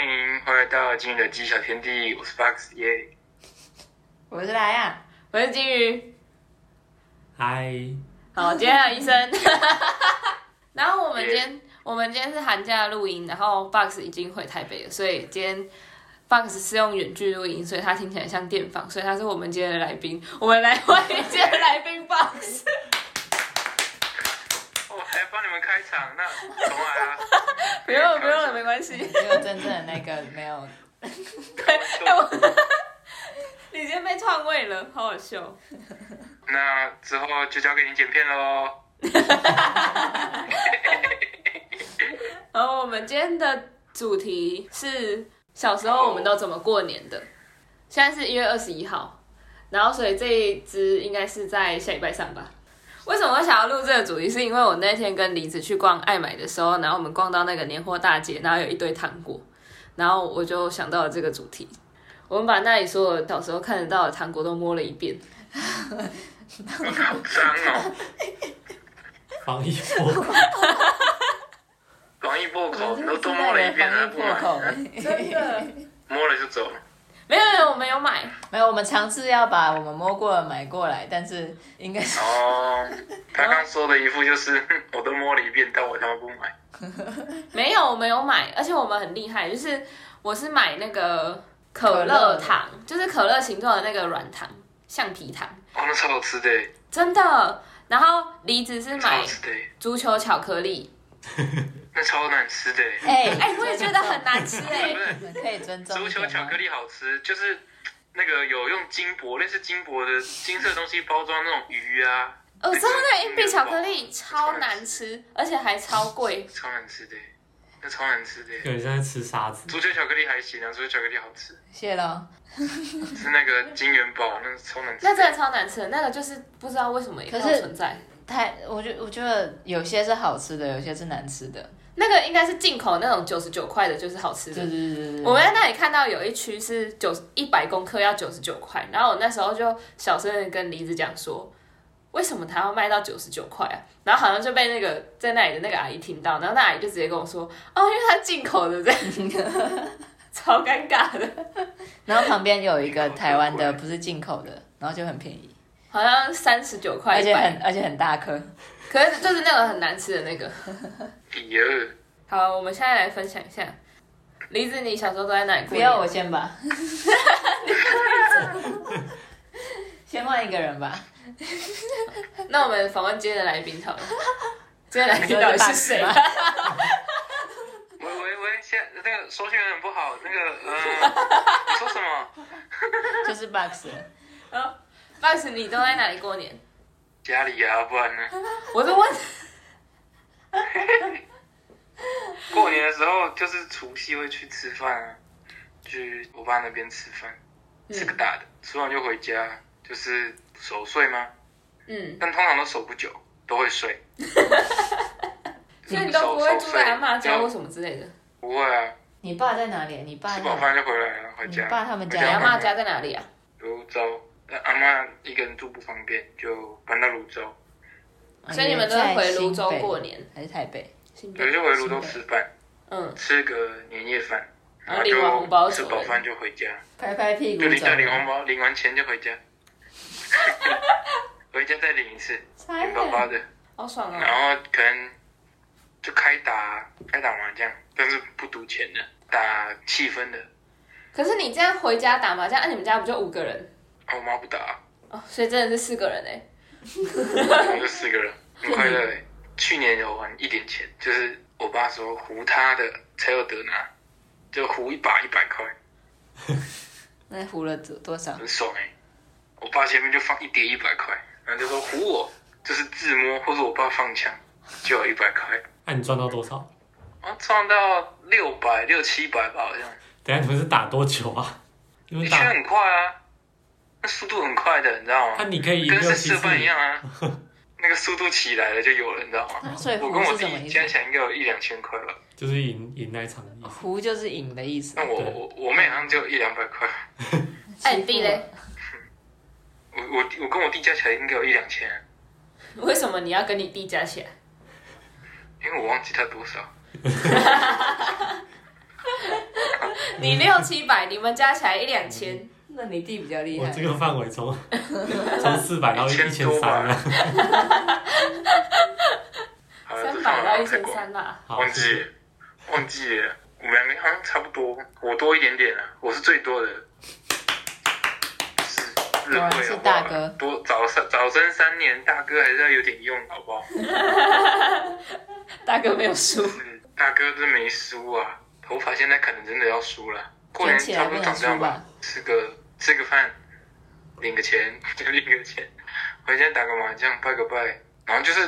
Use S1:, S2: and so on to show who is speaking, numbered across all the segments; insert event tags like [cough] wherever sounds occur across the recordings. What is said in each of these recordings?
S1: 迎，欢迎到今日的鸡小天地，我是 Box 耶。
S2: 我是莱亚，我是金鱼。
S3: 嗨，
S2: 好，今天还有医生。然后我们今天我们今天是寒假录音，然后 Box 已经回台北了，所以今天 Box 是用远距录音，所以他听起来像电访，所以他是我们今天的来宾。我们来欢迎今天的来宾 Box。
S1: 我哦还帮你们开场， [laughs] 那重来啊！
S2: 不用不用了，没关系。[laughs]
S4: [laughs] 只有真正的那个没有，
S2: 哎
S1: 啊
S2: 我你今天被篡位了，好好笑。
S1: 那之后就交给你剪片喽。
S2: 然后我们今天的主题是小时候我们都怎么过年的，现在是一月二十一号，然后所以这一支应该是在下礼拜上吧。为什么我想要录这个主题？是因为我那天跟梨子去逛爱买的时候，然后我们逛到那个年货大街，然后有一堆糖果，然后我就想到了这个主题。我们把那里所有小时候看得到的糖果都摸了一遍，
S1: 我好脏哦，
S3: [laughs] 防疫破口，
S1: 防疫破口
S4: 我
S1: 你都多摸了一遍，还
S4: 防疫
S1: 不
S4: 破口
S1: 买，。摸了就走。
S2: [laughs] 没有没有，我没有买，
S4: 没有，我们尝试要把我们摸过的买过来，但是应该是
S1: 哦，他刚说的一副就是 [laughs] 哼我都摸了一遍，但我他妈不买。
S4: [laughs]
S2: 没有，我没有买，而且我们很厉害，就是我是买那个可
S4: 可乐
S2: 乐糖，就是可乐形状的那个软糖，橡皮糖，
S1: 哦，那超好吃的，
S2: 真的。然后梨子是
S1: 超好
S2: 买
S1: 吃的，
S2: 足球巧克力，
S1: 那超难吃的。
S4: 哎
S2: 哎、我也觉得很难吃哎、
S4: [laughs]
S1: 不是
S4: 你们可以尊重
S1: 足
S4: 一
S1: 球
S4: 点
S1: 巧
S4: 吗
S1: 克？力好吃，就是那个有用金箔，类似金箔的金色的东西包装那种鱼啊，
S2: 我知道那哦个硬币巧克力超难吃，而且还超贵。
S1: 超难吃的，那超难吃的。
S3: 有人在吃沙子。
S1: 足球巧克力还行啊，足球巧克力好吃，
S4: 谢喽。
S1: 是那个金元宝，那超难吃。
S2: 那真的超难吃的，那个就是不知道为什么也要
S4: 可是
S2: 存在。
S4: 太，我觉我觉得有些是好吃的，有些是难吃的。
S2: 那个应该是进口那种九十九块的，就是好吃的
S4: 对。对对对啊对。
S2: 我们在那里看到有一区是九一百公克要九十九块，然后我那时候就小声的跟梨子讲说，为什么他要卖到九十九块啊？然后好像就被那个在那里的那个阿姨听到，然后那阿姨就直接跟我说，哦，因为他进口的这样，
S4: [laughs]
S2: 超尴尬的，
S4: 然后旁边有一个台湾的，不是进口的，然后就很便宜，
S2: 好像三十九块
S4: 而
S2: 一
S4: 且
S2: 百
S4: 很，而且很大颗。
S2: 可是就是那个很难吃的那个。
S1: 比尔，
S2: 好，我们现在来分享一下，梨子，你小时候都在哪里过
S4: 不
S2: 年？
S4: 要我先吧。先换一个人吧，
S2: 那我们访问今天的来宾
S4: [laughs]
S2: 好了，今天的来
S4: 你
S2: 宾到底是
S4: 谁
S2: 谁？
S4: [laughs] 吗？
S1: 喂喂喂，现在那个收讯有点不好，那个
S4: [laughs]
S1: 呃，你说什么？
S4: 就是 Box。
S2: Box，你都在哪里过年？
S1: 家里啊，不然呢？
S2: 我是问。
S1: 过年的时候就是除夕会去吃饭啊，去我爸那边吃饭，
S4: 嗯
S1: 吃个大的，吃完就回家，就是守岁吗？
S2: 嗯，
S1: 但通常都守不久，都会睡。
S2: 所以你都不会住在阿妈家或什么之类的。
S1: 不会啊，
S4: 你爸在哪里？你爸
S1: 吃
S4: 在
S1: 饱
S4: 哪
S1: 饭就回来了，回家。
S4: 哎你爸他们家
S1: 回
S2: 你
S1: 家
S2: 阿
S1: 看
S2: 妈
S1: 看
S2: 家在哪里啊？
S1: 泸州，但阿妈一个人住不方便，就搬到泸州，
S4: 里？
S2: 所啊以你们都是
S4: 啊在
S2: 回泸州
S4: 新北
S2: 过年。
S4: 还是台北？
S2: 新
S1: 有就回泸州吃饭，
S2: 嗯，
S1: 吃个年夜饭，然
S2: 然后
S1: 后
S2: 领完红包
S1: 就吃
S2: 走人
S1: 饱饭就回家，
S4: 拍拍屁股
S1: 就领
S4: 走
S1: 到领红包，领完钱就回 [laughs] 家，回家再领一次，
S4: 差
S1: 领包包的，
S2: 好爽啊！
S1: 然后可能就开打开打麻将，但是不赌钱的，打气氛的，
S2: 可是你这样回家打麻将，啊那、你们家不就五个人
S1: 啊我妈不打，
S2: 哦？所以真的是四个人哎、
S1: 我们就四个人，
S4: 嗯
S1: 很快乐欸。去年有玩一点钱，就是我爸说胡他的才有得拿，就胡一把一百块，
S4: 那糊了多多少？
S1: 很爽哎、我爸前面就放一叠一百块，然后就说胡我，就是自摸或者我爸放枪就有一百块，
S3: 那、你赚到多少？
S1: 啊，赚到六百六七百吧好像，
S3: 等一下你们是打多久啊？你们
S1: 一圈
S3: 打，
S1: 很快啊，那速度很快的，你知道
S3: 那、
S1: 吗？
S3: 你可以赢
S1: 跟
S3: 六
S1: 是
S3: 七
S1: 射
S3: 次。
S1: 饭一样
S4: [laughs]
S1: 啊，那个速度起来了就有了，你知道吗？
S4: 所以
S1: 我
S4: 糊
S1: 跟我
S4: 是
S1: 弟
S4: 什么意
S1: 加
S4: 思？
S1: 起来应该有一两千块吧。
S3: 就是赢赢那一场的意思。
S4: 糊就是赢的意思
S1: 那。我
S3: 对
S1: 我我妹好像只有一两百块，
S2: 哎、你弟嘞？
S1: 我我我跟我弟加起来应该有一两千，
S2: 为什么你要跟你弟加起来？
S1: 因为我忘记他多少。
S2: 你六七百，你们加起来一两千，
S4: 那你弟比较厉
S3: 我
S4: 害，
S3: 这个范
S2: [laughs]
S3: 围从从四百到一
S1: 一千
S3: 千
S1: 多吧
S3: 三啊了。
S1: 好像这
S2: 三百
S1: 范围好
S2: 到
S1: 像太
S2: 一千
S1: 广了
S2: 三啊啦。
S3: 好，
S1: 忘记了忘记了，我们两个好像差不多，我多一点点啊，我是最多的。是
S4: 果然是大哥
S1: 多早生早生三年，大哥还是要有点用，好不好？
S2: 大哥没有输，
S1: 嗯，大哥真没输啊，头发现在可能真的要输了。过
S4: 卷
S1: 年
S4: 起
S1: 差
S4: 来
S1: 不
S4: 不
S1: 多
S4: 能
S1: 长这
S4: 输
S1: 样
S4: 吧？？
S1: 吃个吃个饭，领个钱， [laughs] 领个钱，回家打个麻将，拜个拜，然后就是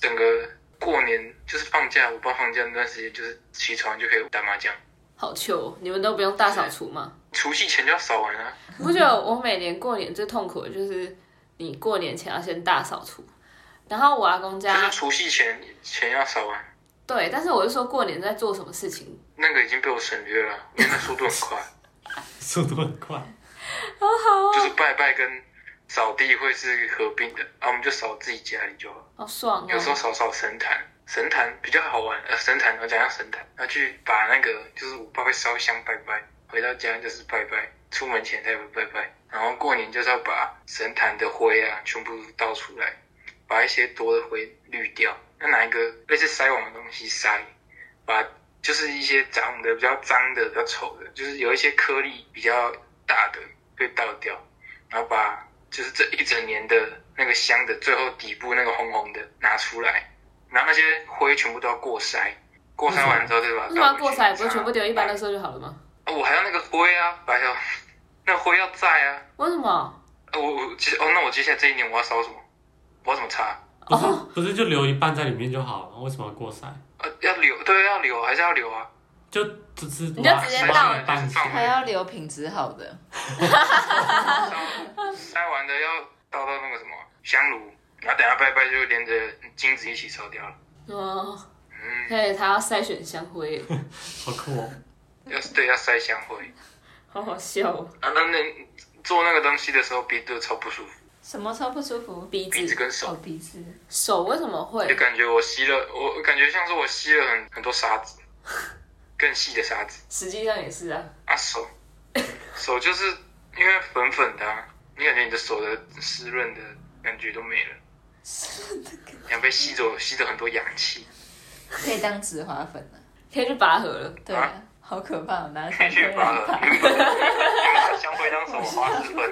S1: 整个过年就是放假，我爸放假那段时间就是起床就可以打麻将，
S2: [laughs] 好糗哦，你们都不用大扫除吗？
S1: 除夕前就要扫完啊。
S2: 你 [laughs] 不觉得我每年过年最痛苦的就是你过年前要先大扫除，然后我阿公
S4: 啊
S1: 就
S2: 家
S1: 是除夕前前要扫完，
S2: 对，但是我就说过年在做什么事情，
S1: 那个已经被我省略了，因为那速度很
S4: [laughs]
S1: 快，
S3: 速度很快。
S4: 哦
S1: 就是拜拜跟扫地会是合并的，啊，我们就扫自己家里就好。
S2: 好爽
S1: 有时候
S2: 哦！
S1: 扫扫神坛，神坛比较好玩。呃，神坛我讲一下神坛，要去把那个就是我爸会烧香拜拜，回到家就是拜拜，出门前再拜拜，然后过年就是要把神坛的灰啊全部倒出来，把一些多的灰滤掉。那拿一个类似筛网的东西筛，把就是一些长得比较脏的、比较丑的，就是有一些颗粒比较大的被倒掉，然后把就是这一整年的那个香的最后底部那个红红的拿出来，然后那些灰全部都要过筛，过筛完之后再把它
S2: 为什么
S1: 倒
S2: 要
S1: 回去
S2: 过筛？不是全部丢一般
S1: 啊
S2: 垃圾就好了吗？
S1: 我还要那个灰啊，白条，那灰要在啊。
S2: 为什么？
S1: 啊我我接哦，那我接下来这一年我要烧什么？我要怎么擦？
S3: 不是
S2: 哦
S3: 不是，就留一半在里面就好了，为什么要过筛？
S1: 呃，要留对，要留还是要留啊？
S3: 就只是
S2: 你就直接倒
S3: 一半起来
S4: 还要留品质好的，
S1: 烧烧完的要倒到那个什么香炉，然后等下拜拜就连着金子一起烧掉了。
S2: [laughs] 哦，
S1: 嗯，
S2: 对，他要筛选香灰， [laughs]
S3: 好酷哦！
S1: 要对要塞香灰
S2: 好好笑哦！
S1: 啊。那那做那个东西的时候鼻子都超不舒服，
S4: 什么超不舒服？
S2: 鼻
S1: 鼻子
S2: 子、
S1: 跟手
S4: 哦，鼻子，
S2: 手为什么
S1: 就
S2: 会？
S1: 感觉我吸了，我我感觉像是我吸了很很多沙子，更细的沙子。
S2: 实际上也是啊，
S1: 啊手，
S4: [laughs]
S1: 手就是因为粉粉的、啊，你感觉你的手的湿润的感觉都没了，像被吸走，吸走很多氧
S4: [laughs]
S1: 气，
S4: 可以当止滑粉啊。
S2: 可以去拔河了。 [laughs]
S4: 对啊，好可怕，我拿
S1: 可
S4: 香
S1: 以去
S4: 灰
S1: 拔
S4: 来
S1: 了
S4: [laughs] 拔。。
S1: 香灰当什么花石粉？
S4: [laughs]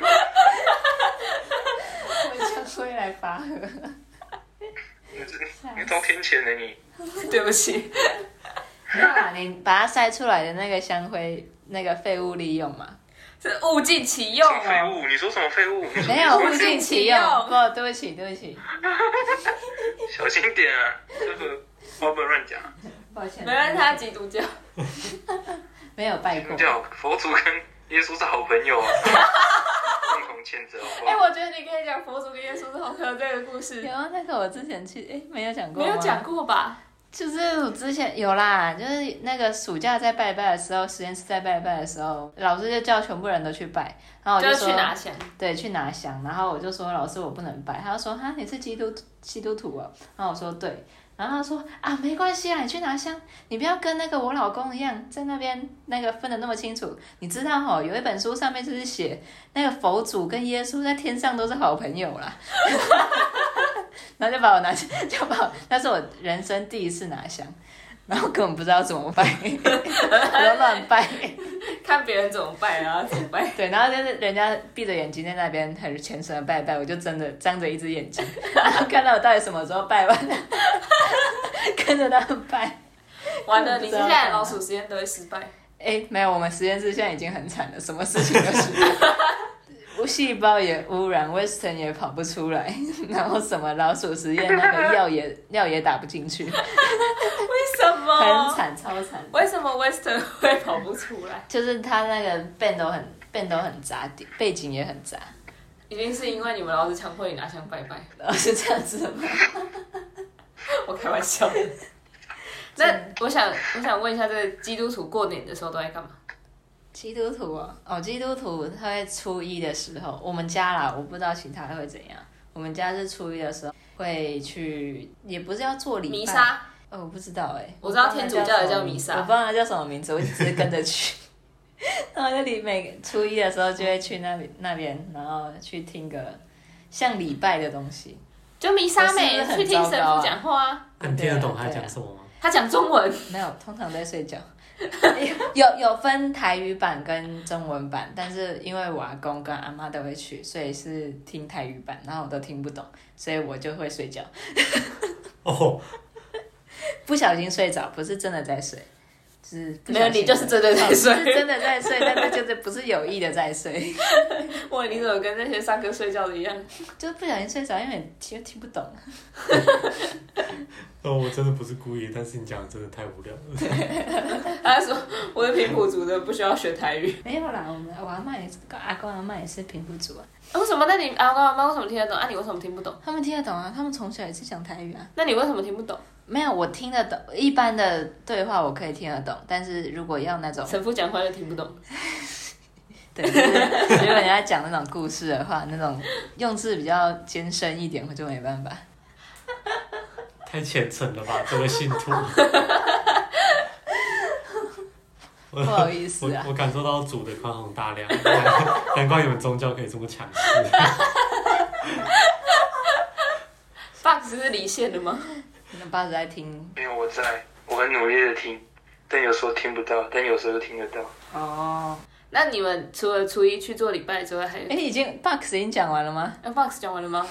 S4: 我香灰来拔河， [laughs]
S1: 你这你遭天谴了
S4: [laughs]
S1: 你！
S2: 对不起，
S4: 没有啦，你把它晒出来的那个香灰，那个废物利用嘛，
S2: 是物尽其用
S1: 什么废
S2: 哦。
S1: 物？你说什么废物？你说
S4: [laughs] 没有
S2: 物
S4: 物
S2: 尽
S4: 尽
S2: 其
S4: 其
S2: 用
S4: 用。不，对不起，对不起，
S1: 小心点啊！这个我不能乱讲。
S4: 抱歉。
S2: 哦没关系，他基督教。
S4: 没有拜过
S1: 宗。教佛祖跟耶稣是好朋友
S2: [laughs]
S1: 啊，共同谴责好不
S2: 哎、
S1: 好？
S2: 我觉得你可以讲佛祖跟耶稣是好朋友这个故事
S4: 有，啊，那个我之前去，哎，没有讲过
S2: 没
S4: 吗
S2: 有讲过吧？
S4: 就是我之前有啦，就是那个暑假在拜拜的时候，实验室在拜拜的时候，老师就叫全部人都去拜，然后我
S2: 就
S4: 就是哦说
S2: 去拿香，
S4: 对去拿香，然后我就说老师我不能拜，他就说哈你是基督基督徒哦，然后我说对，然后他说啊没关系啊，你去拿香，你不要跟那个我老公一样在那边那个分的那么清楚，你知道哦，有一本书上面就是写那个佛祖跟耶稣在天上都是好朋友啦。 [laughs] 然后就把我拿去，就把我，那是我人生第一次拿香，然后根本不知道怎么拜， [laughs] 我都乱拜。
S2: 看别人怎么拜，然后怎么拜。
S4: [laughs] 对，然后就是人家闭着眼睛在那边很虔诚的拜拜，我就真的张着一只眼睛， [laughs] 然后看到我到底什么时候拜完， [laughs] 跟着他们拜。
S2: 完
S4: [laughs]
S2: 了，你接下来老鼠实验都会失败。
S4: 哎，没有，我们实验室现在已经很惨了，什么事情都是。 [laughs] 无细胞也污染，Western 也跑不出来，然后什么老鼠实验那个药也药也打不进去，
S2: 为什
S4: 很
S2: 么？
S4: 惨，超惨。
S2: 为什么 Western [laughs] 会跑不出来？
S4: 就是他那个 band 都很 band 都很杂，背景也很杂，
S2: 一定是因为你们老是强迫你拿香拜 [laughs] 拜。
S4: 然后是这样子的吗？
S2: 我开玩 [laughs] 笑的。那我想，我想问一下，这个基督徒过年的时候都在干嘛？
S4: 基督徒哦，哦，基督徒他会初一的时候，我们家啦，我不知道其他会怎样。我们家是初一的时候会去，也不是要做礼拜，
S2: 弥撒，
S4: 哦，我不知道哎、
S2: 我知道天主教也
S4: 也
S2: 叫弥撒
S4: 我不知道它叫什么名字，我只是跟着去。 [laughs] 然后就礼每初一的时候就会去那里那边，然后去听个像礼拜的东西。
S2: 就弥撒
S4: 我
S2: 美
S4: 是不是很
S2: 去听神
S4: 糟糕啊
S2: 父讲话啊，
S3: 那你听得懂他在讲什么吗？
S2: 他讲中 [laughs] 文，
S4: 没有，通常在
S2: [laughs]
S4: 睡觉。有有分台语版跟中文版，但是因为我阿公跟阿妈都会去，所以是听台语版，然后我都听不懂，所以我就会睡觉，
S2: 啊
S3: 哦，
S4: 不小心睡着，不是真的在睡，是不
S2: 没
S4: 小
S2: 有
S4: 心
S2: 你就是真的在睡
S4: [laughs] 是真的在睡，但是就是不是有意的在睡，
S2: 哇，你怎么跟那些上课睡觉的一样？
S4: 就是不小心睡着，因为听听不懂。
S3: 那哦我真的不是故意，但是你讲的真的太无聊了。
S2: 他说我是平埔族的，不需要学台语。
S4: 没有啦，我们我阿妈也是，阿公阿妈也是平埔族啊，
S2: [laughs] 啊为什么？那你阿公阿妈为什么听得懂？啊，你为什么听不懂？
S4: 他们听得懂啊，他们从小也是讲台语啊。
S2: 那你为什么听不懂？
S4: 没有，我听得懂一般的对话，我可以听得懂。但是如果要
S2: [laughs]
S4: 那种，
S2: 神父讲话就听不懂。
S4: 对，就是如果你要讲那种故事的话，那种用字比较艰深一点，我就没办法。
S3: 太虔诚了吧，这位信徒。不
S4: 不好意思啊
S3: 我我感受到主的宽宏大量，难 [laughs] 怪你们宗教可以这么强势。 [laughs]
S2: Fox 是离线的吗？
S4: 那八子在听
S1: 没有我在，我很努力的听，但有时候听不到，但有时候又听得到。
S4: 哦，
S2: 那你们除了初一去做礼拜之外，还有
S4: 哎，已经 box 已经讲完了吗？
S2: 哎 Fox 讲完了吗？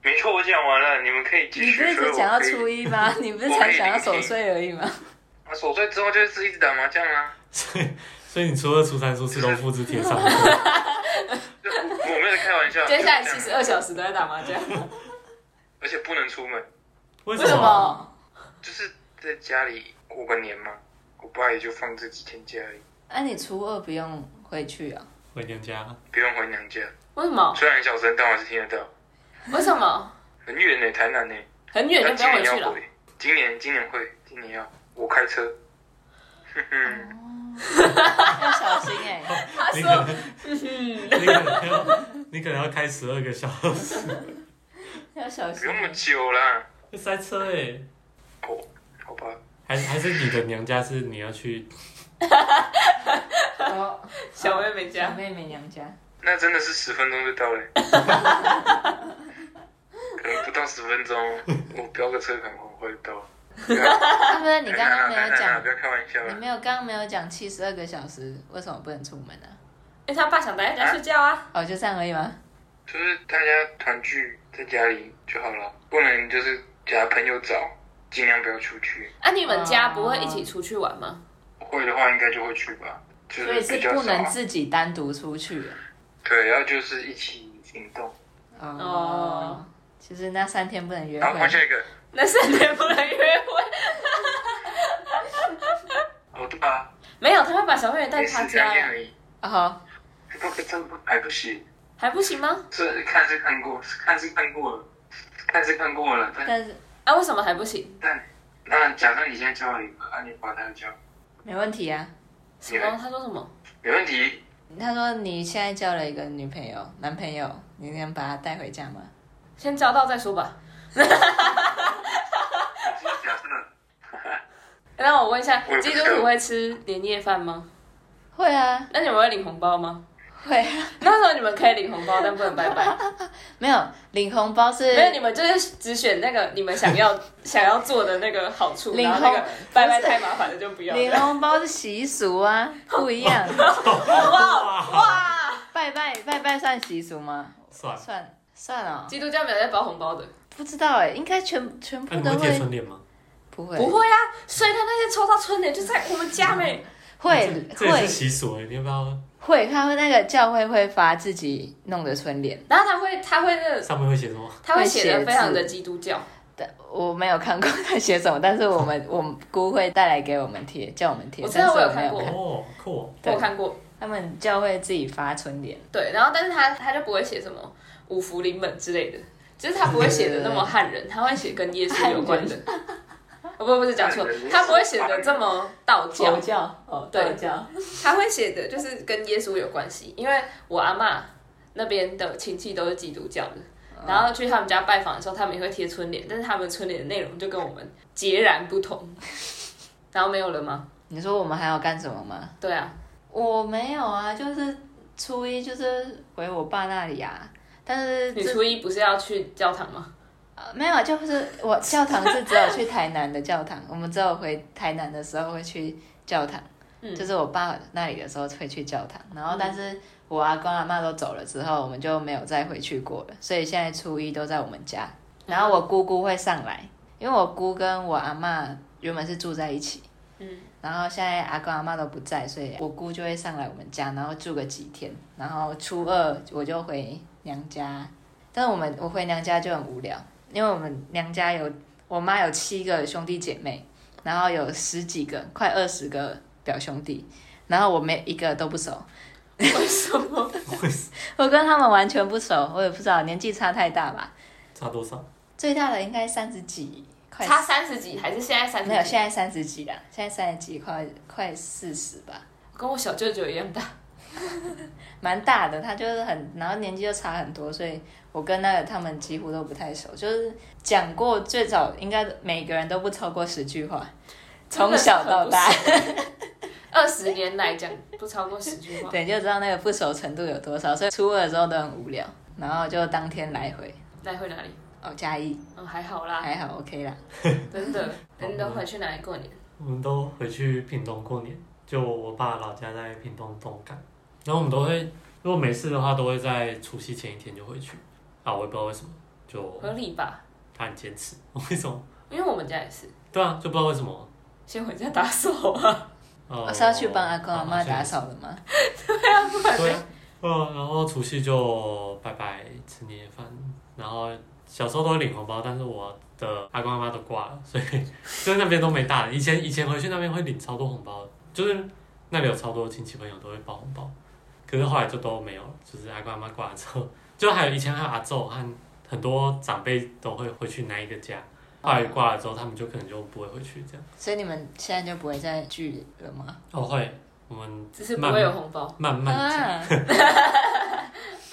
S1: 没错，我讲完了，你们可以继
S4: 你
S1: 续
S4: 不。
S1: 所
S4: 是
S1: 以
S4: 只
S1: 我
S4: 讲到
S1: 可以
S4: 初一吗？ [laughs] 你不是才讲到守岁而已吗？
S1: 啊，琐碎之后就是自己一直打麻将啊。
S3: 所以，所以你初二、初三、初四都复制贴上。
S1: 就我没有在开
S2: [laughs]
S1: 玩笑。
S2: 接下来
S1: 就
S2: 七
S1: 是这
S2: 十
S1: 样
S2: 二小时都在打麻将，
S1: 而且不能出门，
S3: 为
S2: 为什么？
S1: 就是在家里过个年嘛。我爸也就放这几天假而已，
S4: 哎、你初二不用回去啊？
S3: 回娘家，
S1: 不用回娘家。
S2: 为什么？
S1: 虽然很小声，但我还是听得到。
S2: 为什么？
S1: 很远呢、台南呢、
S2: 很远
S1: 但
S2: 就
S1: 今
S2: 不要
S1: 年
S2: 回去
S1: 要
S2: 了。
S1: 回，今年今年会，今年要我开车。哼哼，
S4: [laughs] 要小心哎、
S2: 他
S3: 你
S2: 说
S3: 可能，你可能要，你可能要开十二个小时，
S4: [laughs] 要小
S1: 不
S4: 心
S1: 用那
S4: 欸、
S1: 么久啦。
S3: 会塞车哎、
S1: 哦，好吧，
S3: 还是还是你的娘家是你要去，
S4: 哦，
S2: 小妹妹
S4: 小
S2: 家，
S4: 妹妹娘家，啊
S1: 那真的是十分钟就到了、可能不到十分钟，我飙个车可能会到。对啊
S4: 啊，不是你刚刚没有
S1: 台南啊
S4: 讲
S1: 不。要开玩笑
S4: 你
S1: 了。
S4: 没有刚刚没有讲七十二个小时为什么不能出门呢、啊
S2: 因为他爸想待在家睡觉啊。
S4: 哦，就这样而已吗？
S1: 就是大家团聚在家里就好了，不能就是假朋友找，尽量不要出去。
S2: 啊，你们家不会一起出去玩吗？
S1: 会的话应该就会去吧，就
S4: 所以
S1: 是
S4: 是
S1: 比较
S4: 不
S1: 少
S4: 能
S1: 啊。
S4: 自己单独出去的。
S1: 对，然后就是一起行动。
S2: 哦，
S4: 就是那三天不能约
S1: 然后
S4: 会
S1: 换。下一个，
S2: 那三天不能约会。
S1: 哦对啊，
S2: 没有，他会把小妹妹带
S1: 也
S2: 去他
S1: 是三
S2: 家
S1: 天
S2: 呀，
S1: 而已，
S4: 哦，
S1: 不可这不还不行，
S2: 还不行吗？
S1: 这看是看过，是看是看过了，看是看过了，但
S4: 但是
S2: 啊，为什么还不行？
S1: 但那假设你现在交了一个，啊你把他交，
S4: 没问题啊。
S2: 什么？他说什么？
S1: 没问题，
S4: 他说你现在交了一个女朋友、男朋友，你能把他带回家吗？
S2: 先交到再说吧。 [laughs]
S1: 只是假设
S2: 那我问一下
S1: 我也，不
S2: 基
S1: 知
S2: 督
S1: 道
S2: 徒会吃年夜饭吗？
S4: 会啊，
S2: 那你们会领红包吗？
S4: 会啊。
S2: 那时候你们可以领红包，但不能拜拜。
S4: 没有领红包是
S2: 没有，你们就是只选那个你们想 [laughs] 要想要做的那个好处，
S4: 领
S2: 然
S4: 红
S2: 后那个拜拜太麻烦的就不要
S4: 领
S2: 了。
S4: 红包是习俗啊，不一样。
S2: 哇哇！
S4: 拜拜拜拜算习俗吗？
S3: 算了。
S4: 算算哦，
S2: 基督教没有在包红包的，
S4: 不知道哎，应该全全
S3: 那、
S4: 部
S3: 你
S4: 都
S3: 会贴
S4: 会
S3: 春联吗？
S4: 不会
S2: 不会啊。所以他那些抽到春联就在我们家没。
S4: 会
S3: 这也
S4: 会
S3: 是习俗哎、你要不要？
S4: 会，他会那个教会会发自己弄的春联，
S2: 然后他会他会那个
S3: 上面会写什么？
S2: 他会写
S4: 会写
S2: 的
S4: 字
S2: 非常的基督教，
S4: 但我没有看过他写什么，但是我 [laughs] 们我们姑会带来给我们贴，叫我们贴，
S2: 我知
S4: 但
S2: 道
S4: 是
S2: 我有
S4: 我没
S2: 看
S4: 有
S2: 过
S4: 看。
S3: 哦，酷哦！
S2: 我
S4: 对
S2: 有看过。
S4: 他们教会自己发春联，
S2: 对，然后但是他他就不会写什么五福临门之类的，就是他不会写的那么汉人，他会写跟耶稣有关的。哦不不是讲错
S1: 汉人，
S2: 他不会写的这么道教，
S4: 教哦
S2: 对
S4: 教，
S2: 他会写的就是跟耶稣有关系，因为我阿嬷那边的亲戚都是基督教的。然后去他们家拜访的时候，他们也会贴春联，但是他们春联的内容就跟我们 [laughs] 截然不同。然后没有了吗？
S4: 你说我们还要干什么吗？
S2: 对啊，
S4: 我没有啊，就是初一就是回我爸那里啊，但是
S2: 你
S4: 这
S2: 初一不是要去教堂
S4: [laughs]
S2: 吗？
S4: 呃没有，就是我教堂是只有去台南的教堂，我 [laughs] 们只有回台南的时候会去教堂，
S2: 嗯
S4: 就是我爸那里的时候会去教堂，然后但是我阿公阿妈都走了之后，我们就没有再回去过了，所以现在初一都在我们家，然后我姑姑会上来，因为我姑跟我阿妈原本是住在一起，
S2: 嗯，
S4: 然后现在阿公阿妈都不在，所以我姑就会上来我们家，然后住个几天，然后初二我就回娘家。但是我们我回娘家就很无聊，因为我们娘家有我妈有七个兄弟姐妹，然后有十几个快二十个表兄弟，然后我每一个都不熟，
S2: 为什么？
S4: [laughs] 我跟他们完全不熟，我也不知道年纪差太大吧，
S3: 差多少？
S4: 最大的应该三十几，快
S2: 差三十几还是现在三十？
S4: 没有，现在三十几啦，现在三十几快快四十吧。
S2: 跟我小舅舅一样大。
S4: 蛮大的，他就是很，然后年纪就差很多，所以我跟那个他们几乎都不太熟，就是讲过最早应该每个人都不超过十句话，从小到大，
S2: 二十年来讲不啊超过十句话。 [laughs]
S4: 对，就知道那个不熟程度有多少。所以初二的时候都很无聊，然后就当天来回。
S2: 来回哪里？
S4: 哦，嘉义
S2: 嗯，还好啦，
S4: 还好，OK 啦。
S2: 真的。你都回去哪里过年？
S3: 我们都回去屏东过年，就我爸老家在屏东东港，然后我们都会，如果没事的话，都会在除夕前一天就回去。啊，我也不知道为什么，就
S4: 嗯
S2: 合理吧？
S3: 他很坚持，为什么？
S2: 因为我们家也是，
S3: 对啊，就不知道为什么。
S2: 先回家打扫啊。
S3: 呃
S4: 哦我是要去帮阿公阿
S2: 哦
S4: 妈打。
S3: 好
S4: 扫的吗？
S3: 像对 [laughs] 啊，呃，然后除夕就拜拜吃年夜饭，然后小时候都会领红包，但是我啊的阿公阿妈都挂了，所以所以那边都没大人。以前以前回去那边会领超多红包的，就是那里有超多亲戚朋友都会包红包，可是后来就都没有了，就是阿公阿妈挂了之后，就还有以前还有阿昼和很多长辈都会回去那一个家，后来挂了之后他们就可能就不会回去这样。
S4: 所以你们现在就不会再聚了吗？
S3: 哦，会，我们
S2: 只是不
S3: 慢
S2: 会有红包。
S3: 慢慢讲。
S4: 啊，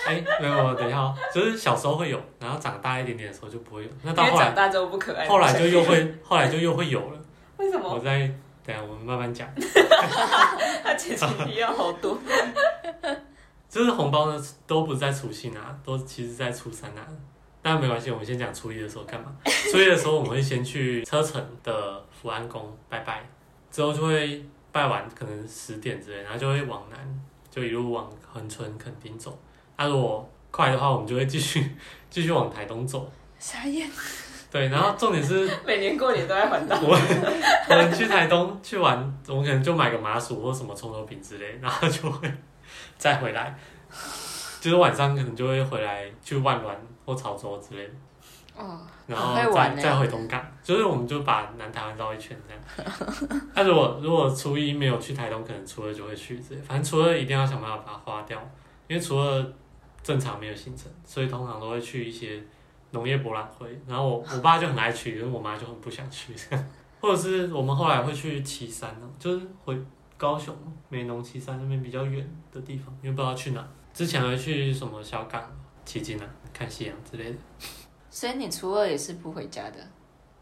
S3: 哎、没有，等一下哦，就是小时候会有，然后长大一点点的时候就不会有。那
S2: 因
S3: 到
S2: 为
S3: 后
S2: 长
S3: 来，
S2: 大之后不可爱。
S3: 后来就又会，后来就又会有了。
S2: [laughs] 为什
S3: 我 [laughs]
S2: 么？
S3: 再等一下我们慢慢讲。
S2: 他前期比要好多。
S3: 就是红包呢，都不是在除夕拿，都其实在初三拿的。但没关系，我们先讲初一的时候干嘛？初一的时候我们会先去车城的福安宫拜拜，之后就会拜完，可能十点之类，然后就会往南，就一路往恒春、垦丁走。那、如果快的话，我们就会继续继续往台东走。
S4: 傻眼。
S3: 对，然后重点是
S2: 每年过年都在环岛。
S3: 我们我 [laughs] 们去台东去玩，我们可能就买个麻薯或什么葱油饼之类，然后就会再回来，就是晚上可能就会回来去万峦或潮州之类的，
S4: 哦，
S3: 然
S4: 好
S3: 后
S4: 会
S3: 再
S4: 玩呢
S3: 再回东港，就是我们就把南台湾绕一圈这样。那、如果如果初一没有去台东，可能初二就会去之类，反正初二一定要想办法把它花掉，因为初二正常没有行程，所以通常都会去一些农业博览会。然后我我爸就很爱去，因为我妈就很不想去。或者是我们后来会去岐山哦，就是回高雄美浓岐山那边比较远的地方，因为不知道去哪。之前还去什么小港、旗津啊，看夕阳之类的。
S4: 所以你初二也是不回家的？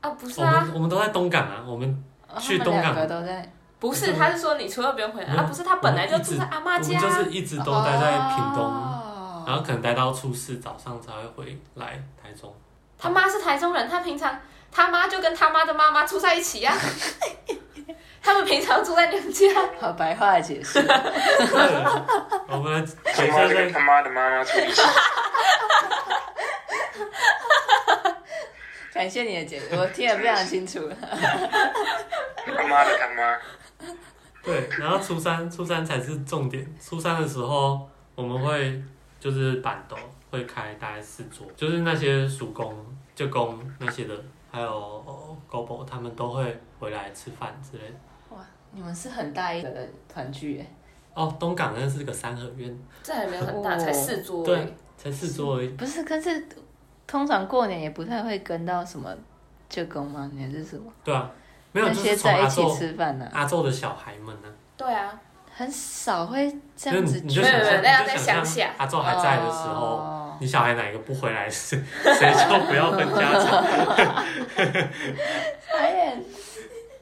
S2: 啊，不是
S3: 我
S2: 啊，
S3: 们我们都在东港啊，我们
S4: 哦
S3: 去
S4: 他
S3: 东
S4: 们
S3: 港
S4: 两个都在。
S2: 不是，他是说你初二不用回来
S3: 没有
S2: 啊，不是，他本来就住在阿
S3: 我
S2: 妈
S3: 们
S2: 家。啊
S3: 就是一直都待在屏东，
S4: 哦
S3: 然后可能待到初四早上才会回来台中。 [laughs]
S2: 他妈是台中人，他平常他妈就跟他妈的妈妈住在一起呀、 [laughs] 他们平常住在娘家，
S4: [laughs] 好白话的解释，
S3: 我们
S1: 他
S3: 等一
S1: 妈
S3: 下
S1: 就跟
S3: 再
S1: 他妈的妈妈住一起，
S4: 感谢你的解释，我听得非常清楚。 [laughs]
S1: 他妈的他妈。 [laughs]
S3: 对，然后初三初三才是重点。初三的时候我们会就是板斗会开大概四桌，就是那些叔公、舅公那些的，还有狗狗他们都会回来吃饭之类的。
S4: 哇，你们是很大一个团聚耶！
S3: 哦，东港那是个三合院，
S2: 这还没有很大，
S4: 哦
S2: 才四桌而已
S3: 对，才四桌而已。
S4: 不是，可是通常过年也不太会跟到什么舅公吗？你还是什么？
S3: 对啊，没有
S4: 那
S3: 就
S4: 些
S3: 是从
S4: 在
S3: 阿
S4: 一起
S3: 昼
S4: 吃饭呢、
S3: 阿昼的小孩们呢、
S2: 对啊，
S4: 很少会这
S3: 就是
S4: 样
S3: 你
S4: 子
S3: 你
S4: 聚啊
S3: 就
S2: 没有没
S3: 想象，
S2: 有
S3: 你
S2: 那要
S3: 就
S2: 在
S3: 想
S2: 乡下
S3: 象阿昼还在的时候，
S4: 哦
S3: 你小孩哪一个不回来是谁就不要分家产。
S4: 哎呀，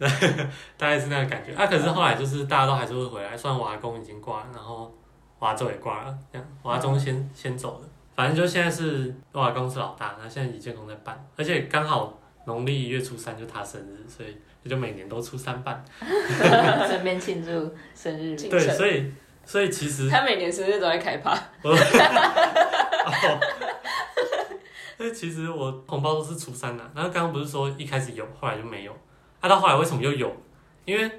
S3: [laughs] 大概是那个感觉。啊，可是后来就是大家都还是会回来，虽然我阿公已经挂了，然后我阿周也挂了，这样我阿中先、先走了。反正就现在是我阿公是老大，那现在李建宏在办，而且刚好农历一月初三就他生日，所以也就每年都初三办。
S4: [laughs] 顺便庆祝生日。
S2: 庆
S3: 对，
S2: 生
S3: 所以所以其实
S2: 他每年生日都在开趴，
S3: 我，哦， [laughs] 所以其实我红包都是初三拿、啊然后刚刚不是说一开始有，后来就没有，啊，到后来为什么又有？因为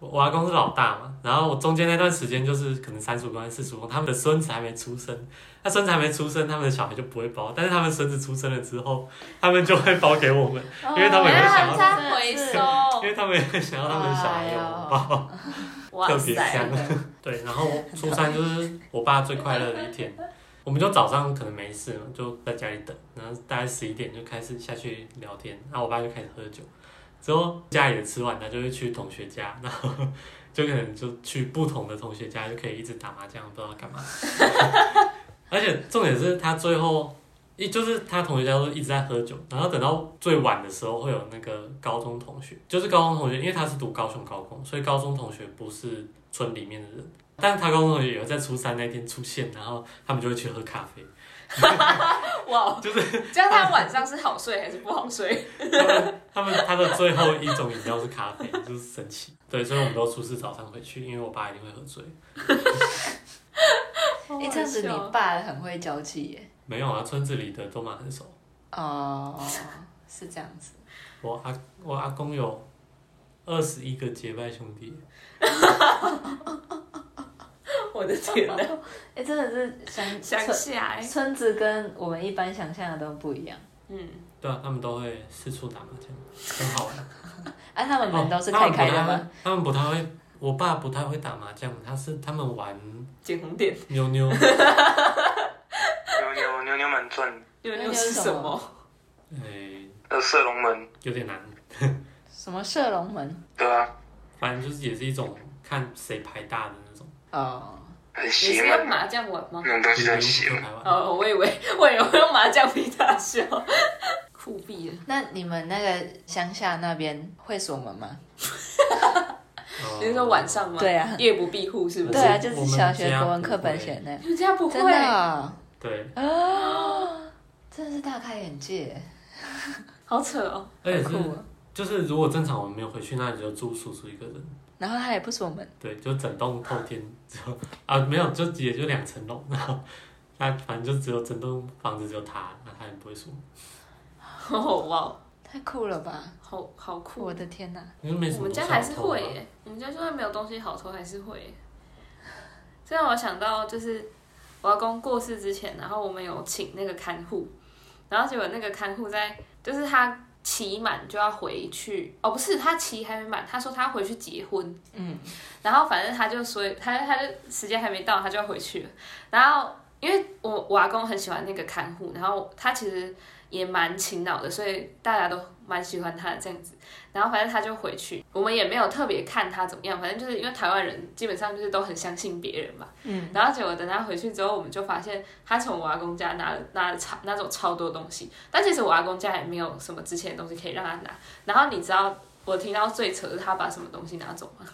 S3: 我我阿公是老大嘛，然后我中间那段时间就是可能三叔公、四叔公他们的孙子还没出生，那孙子还没出生，他们的小孩就不会包，但是他们孙子出生了之后，他们就会包给我们，因为他们也会想
S4: 哦
S3: 要
S2: 啊，他回收，
S3: 因为他们也会想要他们的小孩有红包，
S2: 哇
S3: [laughs] 特别
S2: 塞，
S3: 香。 [laughs] 对，然后初三就是我爸最快乐的一天，我们就早上可能没事嘛，就在家里等，然后大概十一点就开始下去聊天，然后我爸就开始喝酒，之后家里的吃完，他就会去同学家，然后 [laughs] 就可能就去不同的同学家，就可以一直打麻将，不知道干嘛。 [laughs] 而且重点是他最后一就是他同学家都一直在喝酒，然后等到最晚的时候会有那个高中同学，就是高中同学，因为他是读高雄高工，所以高中同学不是村里面的人，但是他高中同学也会在初三那天出现，然后他们就会去喝咖啡， [laughs]
S2: 哇，
S3: 就是
S2: 这样他晚上是好睡还是不好睡？
S3: 他们他们他的最后一种饮料是咖啡，就是神奇。对，所以我们都初四早上回去，因为我爸一定会喝醉。
S4: [laughs] 哎，这样子你爸很会交际耶。
S3: 没有啊，村子里的都蛮很熟。
S4: 哦，是这样 [laughs] 子。
S3: 我阿我阿公有二十一个结拜兄弟，
S2: 我的天哪， [laughs] 哎
S4: 哎，真的是乡
S2: 想
S4: 村
S2: 起来，
S4: 村子跟我们一般想象的都不一样。
S2: 嗯，
S3: 对啊，他们都会四处打麻将，很好玩。
S4: 啊，他们门都是
S3: 哦
S4: 开开的吗？？
S3: 他们不太会他们不太会，我爸不太会打麻将，他是他们玩
S2: 捡红点，[laughs]
S3: 妞妞，
S1: 牛牛牛牛门赚
S2: 又
S4: 那
S2: 又
S4: 又
S2: 是
S4: 是
S2: 什
S4: 什
S2: 么
S4: 么？
S3: 诶、
S1: 呃射龙门，
S3: 哎有点难。
S4: 什么射龙门？
S1: 对啊，
S3: 反正就是也是一种看谁牌大的那种，
S4: 哦，
S1: 很
S2: 你
S1: 邪
S2: 是用
S1: 门，
S2: 麻将玩吗
S1: 那？种东西都很邪
S3: 不
S1: 门。
S3: 台
S2: [laughs]
S3: 湾。
S2: 哦，我以为我以为用麻将比大小， [laughs] 酷毙了！
S4: 那你们那个乡下那边会锁门吗？
S3: 哦
S2: 你是说晚上吗？
S4: 对啊
S2: 夜不闭户是不是？
S4: 对啊，
S3: 我
S4: 就
S3: 们
S4: 是小学
S3: 家
S4: 国文
S3: 不
S4: 课本
S3: 会
S4: 写那样。
S2: 你们家不会
S4: 真的啊、
S3: 对，
S4: 真的是大开眼界，
S2: 好扯哦。 [laughs]
S3: 而且
S4: 很酷
S3: 是
S4: 啊。
S3: 就是如果正常我们没有回去，那你就住叔叔一个人，
S4: 然后他也不锁门，
S3: 对，就整栋透天，只有啊没有，就也就两层楼，然 [laughs] 后他反正就只有整栋房子只有他，那他也不会说，
S2: 哦哇，
S4: 太酷了吧！
S2: 好好酷！
S4: 我的天哪、
S3: 因为没什
S2: 我
S3: 么
S2: 们
S3: 小
S2: 家
S3: 偷啊
S2: 还是会
S3: 嘛
S2: 耶，我们家就算没有东西好偷，还是会耶。 [laughs] 这让我想到，就是我阿公过世之前，然后我们有请那个看护，然后结果那个看护在，就是他期满就要回去，哦，不是他期还没满，他说他回去结婚，
S4: 嗯，
S2: 然后反正他就说他他就时间还没到，他就要回去了，然后因为我我阿公很喜欢那个看护，然后他其实也蛮勤劳的，所以大家都蛮喜欢他的这样子。然后反正他就回去，我们也没有特别看他怎么样，反正就是因为台湾人基本上就是都很相信别人嘛。
S4: 嗯。
S2: 然后结果等他回去之后，我们就发现他从我阿公家拿了拿了超拿走超多东西，但其实我阿公家也没有什么值钱的东西可以让他拿。然后你知道我听到最扯的是他把什么东西拿走吗？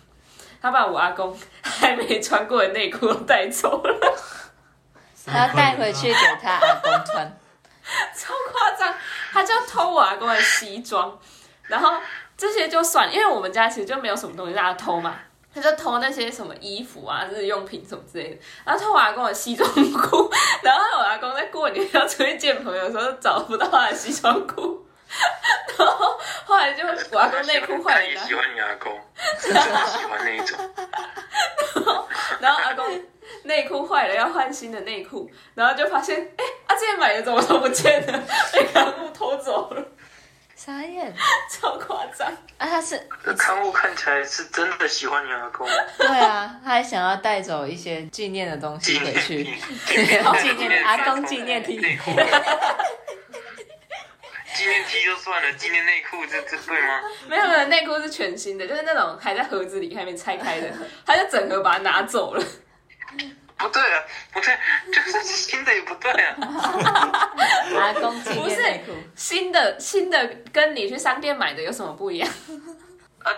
S2: 他把我阿公还没穿过的内裤都带走了，
S4: 他要带回去给他阿公穿，
S2: 超夸张！他就偷我阿公的西装，然后这些就算了，因为我们家其实就没有什么东西让他偷嘛，他就偷那些什么衣服啊、日用品什么之类的，然后偷我阿公的西装裤，然后我阿公在过年要出去见朋友的时候找不到他的西装裤，然后后来就我阿公内裤啊坏了
S1: 也
S2: 拿
S1: 喜欢你阿公，真的喜欢那一种， [laughs]
S2: 然后阿公内裤坏了，要换新的内裤，然后就发现，哎、啊，之前买的怎么都不见了，被看护偷走了，
S4: 傻眼
S2: 超夸张。
S4: 啊！他是
S1: 这刊物看起来是真的喜欢你阿公，
S4: 对啊，他还想要带走一些纪念的东西
S1: 纪
S4: 回
S1: 念
S4: 去，
S1: 品，
S4: [laughs] 纪念阿公纪念 T，
S1: 内裤，纪念 T 就算了，纪念内裤这这对吗？
S2: 没有没有，内裤是全新的，就是那种还在盒子里还没拆开的，他就整盒把它拿走了，
S1: 不对啊，不对，就算是新的也不对
S4: [laughs]
S1: 啊。
S4: 阿公纪
S2: 不
S4: 念
S2: 是
S4: 内裤，
S2: 新的新的跟你去商店买的有什么不一样？
S1: 啊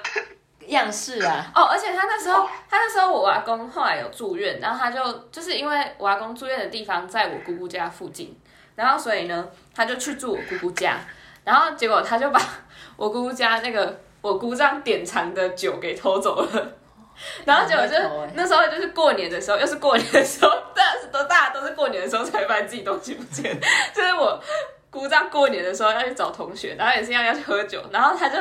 S4: 样式啊。
S2: 哦，而且他那时候，他那时候我阿公后来有住院，然后他就就是因为我阿公住院的地方在我姑姑家附近，然后所以呢，他就去住我姑姑家，然后结果他就把 [laughs] 我姑姑家那个我姑丈典藏的酒给偷走了。然后结果就
S4: 很会偷欸
S2: 那时候就是过年的时候，又是过年的时候， [laughs] 大家都大家都是过年的时候才发现自己东西不见， [laughs] 就是我姑丈过年的时候要去找同学，然后也是一样要去喝酒，然后他就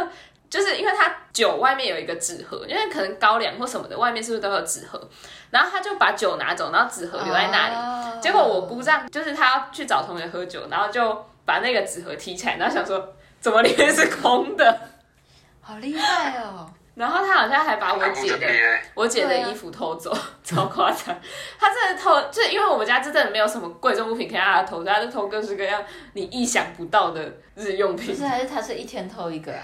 S2: 就是因为他酒外面有一个纸盒，因为可能高粱或什么的外面是不是都有纸盒，然后他就把酒拿走，然后纸
S4: 哦
S2: 盒留在那里。
S4: 里
S2: 结果我姑丈就是他要去找同学喝酒，然后就把那个纸盒提起来，然后想说怎么里面是空的， [laughs]
S4: 好厉害哦！
S2: 然后他好像还把我
S1: 看不
S2: 姐
S1: 得
S2: 的。
S1: 别人，
S2: 我姐的
S4: 对啊
S2: 衣服偷走， [laughs] 超夸张。她真的偷，就是因为我们家真的没有什么贵重物品可以让她偷，她就偷各式各样你意想不到的日用
S4: 不
S2: 品
S4: 是，。还是他是一天偷一个、啊？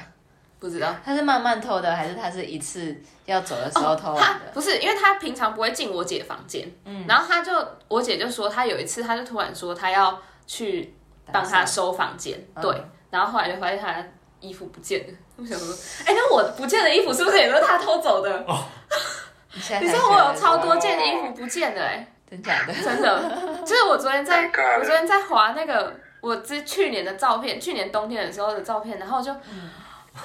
S2: 不知道。
S4: 他是慢慢偷的，还是他是一次要走的时候
S2: 哦，
S4: 偷
S2: 她
S4: 完的？
S2: 不是，因为她平常不会进我姐房间，
S4: 嗯
S2: 然后她就我姐就说，她有一次她就突然说她要去帮她
S4: 打扫
S2: 收房间，
S4: 嗯
S2: 对，然后后来就发现她衣服不见了。我想说，哎、那我不见的衣服是不是也都是她偷
S4: [laughs]
S2: 走的？
S4: 哦你现在
S2: 你
S4: 才
S2: 知道我
S4: 觉
S2: 有
S4: 得
S2: 超
S4: 是
S2: 多件衣服不见的哎、
S4: 真假的？ [laughs]
S2: 真的，就是我昨天在
S1: 尴尬了
S2: 我昨天在划那个我之去年的照片，去年冬天的时候的照片，然后我就，
S4: 嗯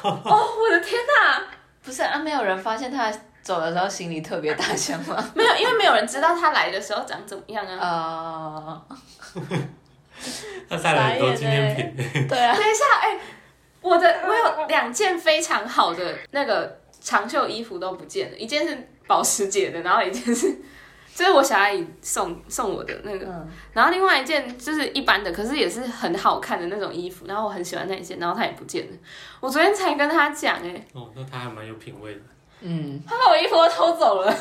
S2: 哦，我的天哪、
S4: 不是啊，没有人发现他走的时候行李特别大箱吗？
S2: 没有，因为没有人知道他来的时候长怎么样啊。
S4: 啊、
S3: 他带了很多纪念品，
S4: 对啊，
S2: 等一下，哎、我的我有两件非常好的那个长袖衣服都不见了，一件是保时捷的，然后一件是。就是我小阿姨送送我的那个，
S4: 嗯，
S2: 然后另外一件就是一般的，可是也是很好看的那种衣服，然后我很喜欢那一件，然后它也不见了。我昨天才跟她讲、哎，
S3: 哦，那他还蛮有品味的。
S4: 嗯，
S2: 他把我衣服都偷走了， [laughs]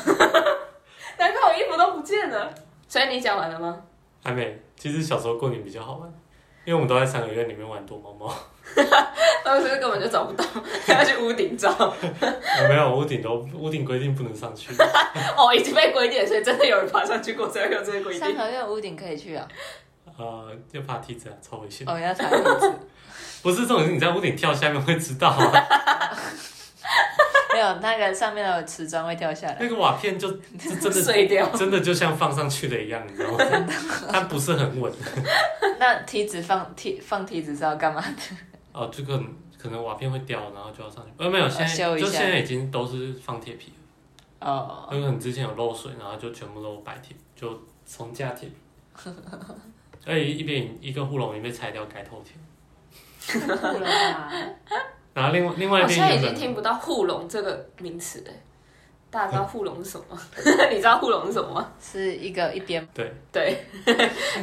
S2: 难怪我衣服都不见了。所以你讲完了吗？
S3: 还没，其实小时候过年比较好玩，因为我们都在三合院里面玩躲猫 [laughs] 猫，
S2: 当时根本就找不到，要去屋顶找。
S3: 呃没有屋顶都屋顶规定不能上去， [laughs]
S2: 哦，已经被规定了，所以真的有人爬上去过，才会有这个规
S4: 三
S2: 定。
S4: 合院屋顶可以去啊、
S3: 呃，就爬梯子啊，超危险。
S4: 哦，要查地址，
S3: 不是这种，你在屋顶跳，下面会知道啊，
S4: [laughs]
S3: [laughs]
S4: 没有那个上面的瓷砖会掉下来
S3: 那，个瓦片就就真的
S2: 碎掉
S3: 真的就像放上去的一样，你知道吗？ [laughs] 它不是很稳。
S4: 那梯子放梯放梯子是要干嘛的？
S3: 哦，这个可能瓦片会掉，然后就要上去。呃，没有，现在、
S4: 修一下
S3: 就现在已经都是放铁皮
S4: [laughs]
S3: 了，
S4: 哦，
S3: 因为可能之前有漏水，然后就全部都白铁，就重加铁。而且一边一个护笼已经被拆掉，改透铁。然后另外另外一
S4: 哦
S2: 我
S3: 边
S2: 现在已经
S3: 原本
S2: 听不到“护龙”这个名词了。大家知道护龙是什么吗？你知道护龙是什么吗？
S4: 是一个一边
S3: 对，
S2: 对，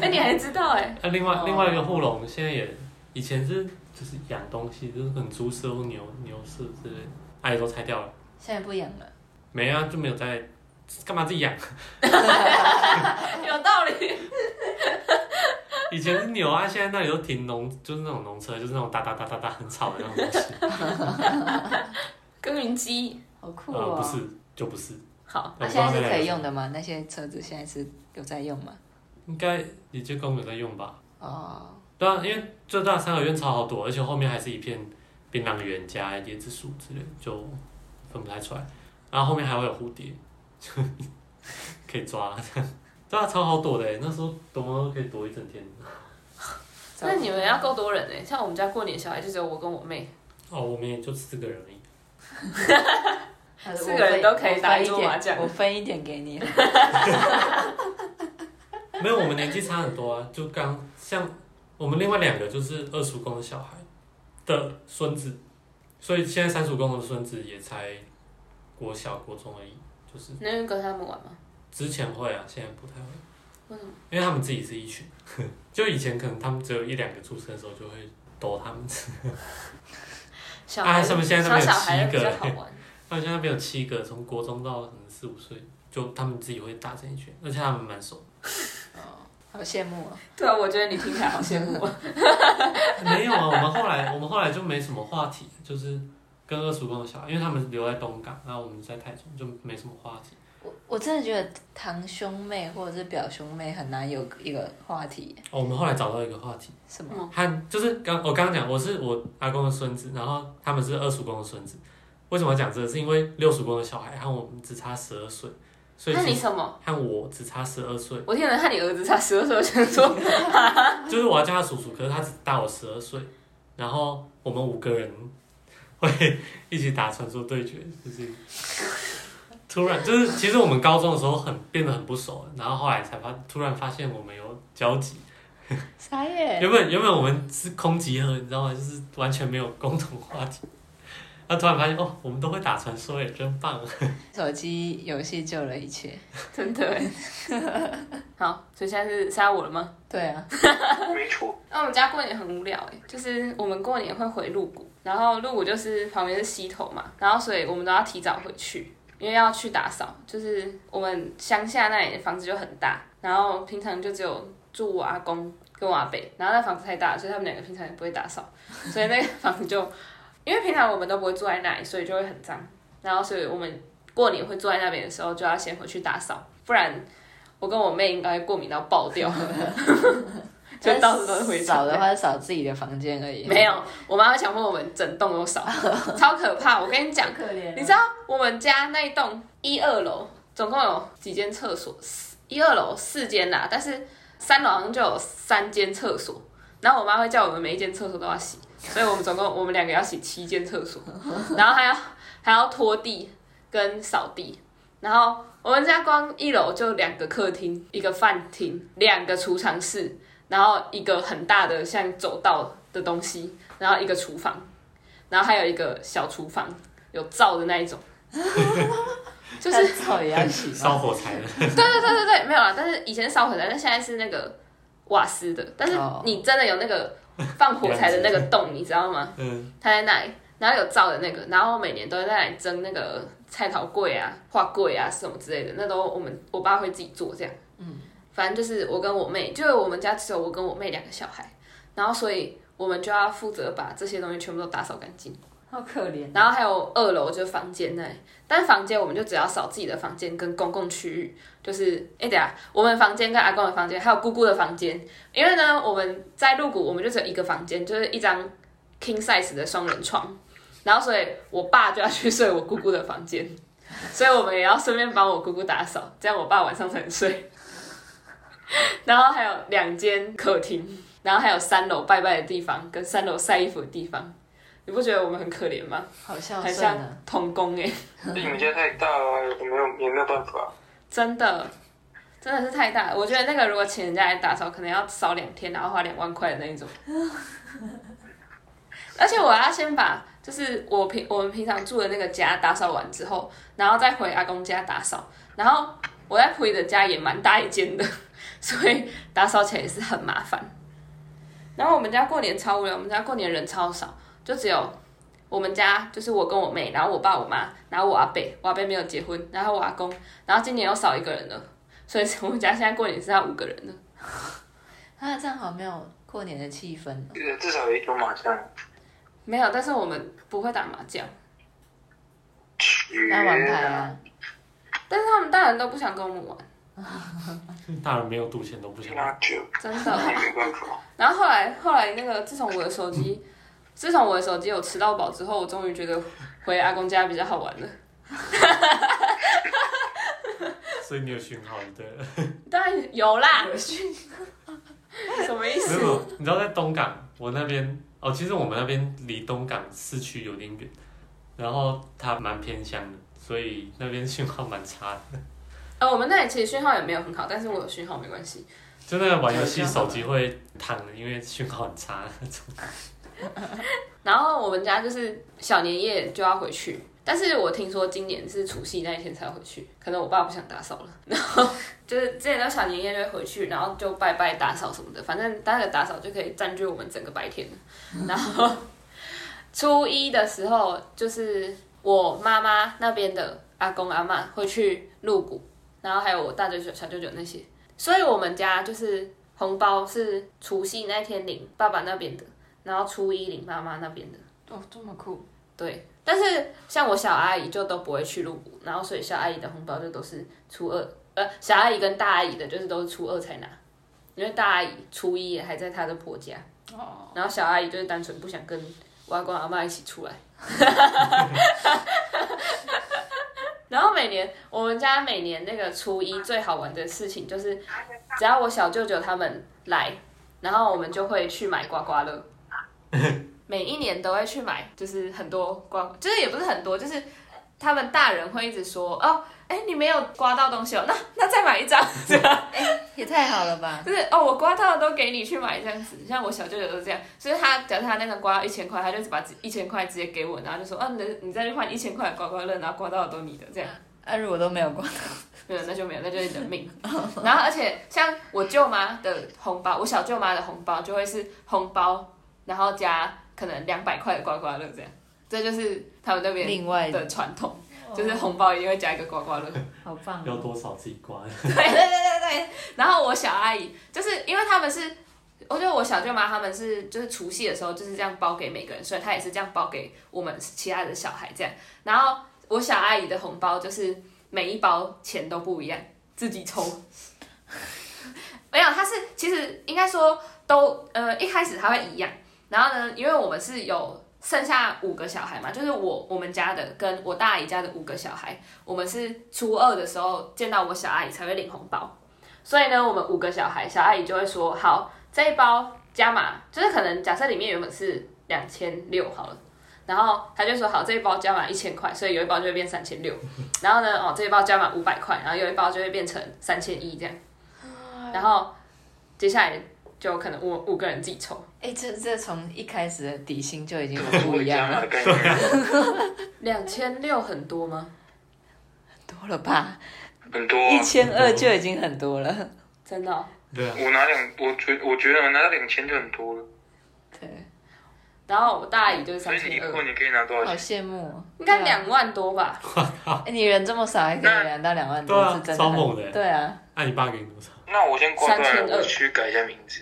S2: 哎、你还知道哎、
S3: 那、啊另外
S4: 哦
S3: 另外一个护笼现在也以前是就是养东西，就是很猪舍或牛牛舍之类的，哎、也都拆掉了。
S4: 现在不养了。
S3: 没啊，就没有在干嘛自己养。 [laughs]
S2: 有道理。
S3: 以前是牛啊，现在那里都停农，就是那种农车，就是那种哒哒哒哒哒很吵的那种东
S4: [laughs]
S3: 西。
S2: 耕耘机，
S4: 好酷
S3: 呃，
S4: 哦！
S3: 不是，就不是。
S2: 好，
S4: 那
S3: 我不知
S4: 啊现
S3: 道
S4: 在是
S3: 在哪
S4: 可
S3: 里
S4: 以用的吗？那些车子现在是有在用吗？
S3: 应该也就公有在用吧？
S4: 哦，
S3: 对啊，因为最大三合院超好躲，而且后面还是一片槟榔园加椰子树之类的，就分不太出来。然后后面还会有蝴蝶， [laughs] 可以抓。对啊，超好躲的欸，那时候躲猫都可以躲一整天。
S2: 那你们要够多人哎、像我们家过年小孩就只有我跟我妹，
S3: 哦，我们也就四个人而已。
S2: 四个人都可以打一桌麻将
S4: 我分一点给你。
S3: 没有，我们年纪差很多啊，就刚像我们另外两个就是二叔公的小孩的孙子，所以现在三叔公的孙子也才国小国中而已，就是
S2: 你能跟他们玩吗？
S3: 之前会啊，现在不太会，
S2: 为什么？
S3: 因为他们自己是一群， [laughs] 就以前可能他们只有一两个出生的时候就会逗他们，
S2: 小
S3: 啊
S2: 孩
S3: 他
S2: 子，
S3: 们现在那
S2: 小
S3: 边有
S2: 小孩
S3: 七
S2: 比
S3: 个
S2: 较好玩。
S3: 他们现在那边有七个，从国中到可能四五岁，就他们自己会打成一群，而且他们蛮熟，
S4: 好羡慕哦！
S2: [laughs] 对啊，我觉得你听起来好羡慕啊。
S3: 没有啊，我们后来我们后来就没什么话题，就是跟二叔公的小孩，因为他们留在东港，然后我们在台中就没什么话题。
S4: 我我真的觉得堂兄妹或者是表兄妹很难有一个话题，
S3: 哦，我们后来找到一个话题，
S4: 什
S2: [laughs]
S4: 么？
S3: 他就是刚我刚刚讲我是我阿公的孙子，然后他们是二叔公的孙子，为什么要讲这个？是因为六叔公的小孩和我们只差十二岁，所以
S2: [laughs] 那
S3: 其
S2: 你
S3: 实
S2: 什么？
S3: 和我只差十二岁，
S2: 我听人和你儿子差十二岁，我想说，
S3: 就是我要叫他叔叔，可是他只大我十二岁，然后我们五个人会一起打传说对决，就是突然就是其实我们高中的时候很变得很不熟，然后后来才发突然发现我们有交集，
S4: 傻眼，
S3: 原本原本我们是空集合，你知道吗？就是完全没有共同话题， [laughs] 然后突然发现哦，我们都会打传说耶，真棒！啊
S4: 手机游戏救了一切。
S2: 真的耶。好，所以现在是杀我了吗？
S4: 对啊，
S1: 没错，
S2: 那我们家过年很无聊哎、就是我们过年会回鹿谷，然后鹿谷就是旁边是溪头嘛，然后所以我们都要提早回去，因为要去打扫。就是我们乡下那里的房子就很大，然后平常就只有住我阿公跟我阿伯，然后那房子太大，所以他们两个平常也不会打扫，所以那个房子就，因为平常我们都不会住在那里，所以就会很脏。然后所以我们过年会住在那边的时候，就要先回去打扫，不然我跟我妹应该会过敏到爆掉。就到处都是灰尘
S4: 扫的话，扫自己的房间而已。
S2: 没有，我妈会强迫我们整栋都扫，超可怕。我跟你讲，
S4: 可怜
S2: 你知道我们家那一栋一二楼总共有几间厕所？四一二楼四间啦，但是三楼好像就有三间厕所。然后我妈会叫我们每一间厕所都要洗，所以我们总共我们两个要洗七间厕所，然后还要还要拖地跟扫地。然后我们家光一楼就两个客厅、一个饭厅、两个储藏室，然后一个很大的像走道的东西，然后一个厨房，然后还有一个小厨房，有灶的那一种，就
S4: 就是是草也要洗
S3: [laughs] 烧
S4: 吗？
S3: 火柴的，
S2: 对对对对对，没有啦。但是以前烧火柴，但现在是那个瓦斯的，但是
S4: 哦
S2: 你真的有那个放火柴的那个洞，你知道吗？
S3: [laughs] 嗯，
S2: 它在那里，然后有灶的那个，然后每年都在那里蒸那个菜桃柜啊、花柜啊什么之类的，那都我们我爸会自己做这样。嗯，反正就是我跟我妹，就是我们家只有我跟我妹两个小孩，然后所以我们就要负责把这些东西全部都打扫干净。
S4: 好可怜。
S2: 然后还有二楼就是房间那里，但房间我们就只要扫自己的房间跟公共区域，就是哎、等一下我们房间跟阿公的房间还有姑姑的房间，因为呢我们在鹿谷我们就只有一个房间，就是一张 king size 的双人床，然后所以我爸就要去睡我姑姑的房间，所以我们也要顺便帮我姑姑打扫，这样我爸晚上才能睡。 [laughs] 然后还有两间客厅，然后还有三楼拜拜的地方跟三楼晒衣服的地方，你不觉得我们很可怜吗？
S4: 好孝
S2: 很
S4: 顺
S2: 像
S4: 啊！
S2: 童工哎、
S1: 你们家太大了，也没有也没有办法。
S2: 真的，真的是太大了。我觉得那个如果请人家来打扫，可能要扫两天，然后花两万块的那一种。 [laughs] 而且我要先把，就是我平我们平常住的那个家打扫完之后，然后再回阿公家打扫。然后我在普里的家也蛮大一间的， [laughs] 所以打扫起来也是很麻烦。然后我们家过年超无聊，我们家过年人超少，就只有我们家就是我跟我妹，然后我爸我妈，然后我阿伯，我阿伯没有结婚，然后我阿公，然后今年又少一个人了，所以我们家现在过年剩下五个人了。
S4: 啊，这样好没有过年的气氛哦。
S1: 呃至少有一桌麻将。
S2: 没有，但是我们不会打麻将，
S4: 那玩牌啊，
S2: 但是他们大人都不想跟我们玩，
S3: 大人没有赌钱都不想
S1: 那就
S2: 真的。
S1: 也没办法。
S2: 然后后来后来那个，自从我的手机，自从我的手机有吃到饱之后，我终于觉得回阿公家比较好玩了。
S3: 所以你有讯号就对了。 [laughs]
S2: 当然有啦， [laughs] 什么意
S3: 没
S2: 思？
S3: 有，你知道在东港，我那边哦，其实我们那边离东港市区有点远，然后它蛮偏乡的，所以那边信号蛮差的。
S2: 呃，我们那里其实讯号也没有很好，但是我有讯号没关系。
S3: 就那个玩游戏手机会烫的，因为讯号很差那种。
S2: 然后我们家就是小年夜就要回去，但是我听说今年是除夕那一天才回去，可能我爸不想打扫了。然后就是之前到小年夜就会回去，然后就拜拜打扫什么的，反正那个打扫就可以占据我们整个白天了。然后初一的时候，就是我妈妈那边的阿公阿嬷会去鹿谷，然后还有我大舅舅、小舅舅那些，所以我们家就是红包是除夕那天领爸爸那边的。然后初一领妈妈那边的。
S4: 哦，这么酷。
S2: 对，但是像我小阿姨就都不会去入股，然后所以小阿姨的红包就都是初二，呃，小阿姨跟大阿姨的就是都是初二才拿，因为大阿姨初一也还在她的婆家，
S4: 哦，
S2: 然后小阿姨就是单纯不想跟我阿公阿妈一起出来， [laughs] 然后每年我们家每年那个初一最好玩的事情就是，只要我小舅舅他们来，然后我们就会去买刮刮乐，每一年都会去买，就是很多刮，就是也不是很多，就是他们大人会一直说哦，哎你没有刮到东西哦，那那再买一张， [laughs] 这样
S4: 哎也太好了吧？
S2: 就是哦我刮到的都给你去买这样子，像我小舅舅都这样，就是他假设他那个刮到一千块，他就只把一千块直接给我，然后就说，嗯、你的你再去换一千块的刮刮乐，然后刮到的都你的这样。
S4: 啊，如果都没有过，
S2: 没有，那就没有，那就是你的命。 [laughs] 然后，而且像我舅妈的红包，我小舅妈的红包就会是红包，然后加可能两百块的刮刮乐这样，这就是他们那边
S4: 另外哦
S2: 的传统，就是红包一定会加一个刮刮乐。
S4: 好棒哦
S3: 要多少自己刮。
S2: 对对对对对。然后我小阿姨就是因为他们是，我觉得我小舅妈他们是就是除夕的时候就是这样包给每个人，所以她也是这样包给我们其他的小孩这样。然后我小阿姨的红包就是每一包钱都不一样，自己抽。没有，她是其实应该说都呃一开始她会一样，然后呢，因为我们是有。剩下五个小孩嘛，就是我我们家的跟我大阿姨家的五个小孩，我们是初二的时候见到我小阿姨才会领红包，所以呢，我们五个小孩，小阿姨就会说：“好，这一包加码，就是可能假设里面原本是两千六好了，然后她就说好，这一包加码一千块，所以有一包就会变三千六。然后呢，哦，这一包加码五百块，然后有一包就会变成三千一这样。然后接下来就可能五五个人自己抽，
S4: 哎、这这从一开始的底薪就已经
S1: 跟
S4: 很
S1: 我
S4: 不一样啊
S1: 家 [laughs]
S4: 了，
S1: 的概念
S2: 两千六很多吗？
S4: 多了吧？
S1: 很多啊、
S4: 一千二就已经很多了。
S2: 真的哦、
S3: 对 [laughs] 啊，
S1: 我拿两，我觉我觉得我拿到两千就很多了，
S4: 对，
S2: 然后我大姨就是
S1: 所
S2: 三
S1: 以你一
S2: 千二，
S1: 过你可以拿多少
S4: 好
S1: 钱？
S4: 羡慕、哦。
S2: 应该
S4: 对啊
S2: 两万多吧？
S4: 哎你人这么少还可以拿到两万多，
S3: 对啊
S4: 是真的
S3: 超
S4: 很
S3: 猛的
S4: 对啊，
S3: 那你爸给你多 [laughs] 少？
S1: 那我先挂断
S2: 3200
S1: 了，我去改一下名字。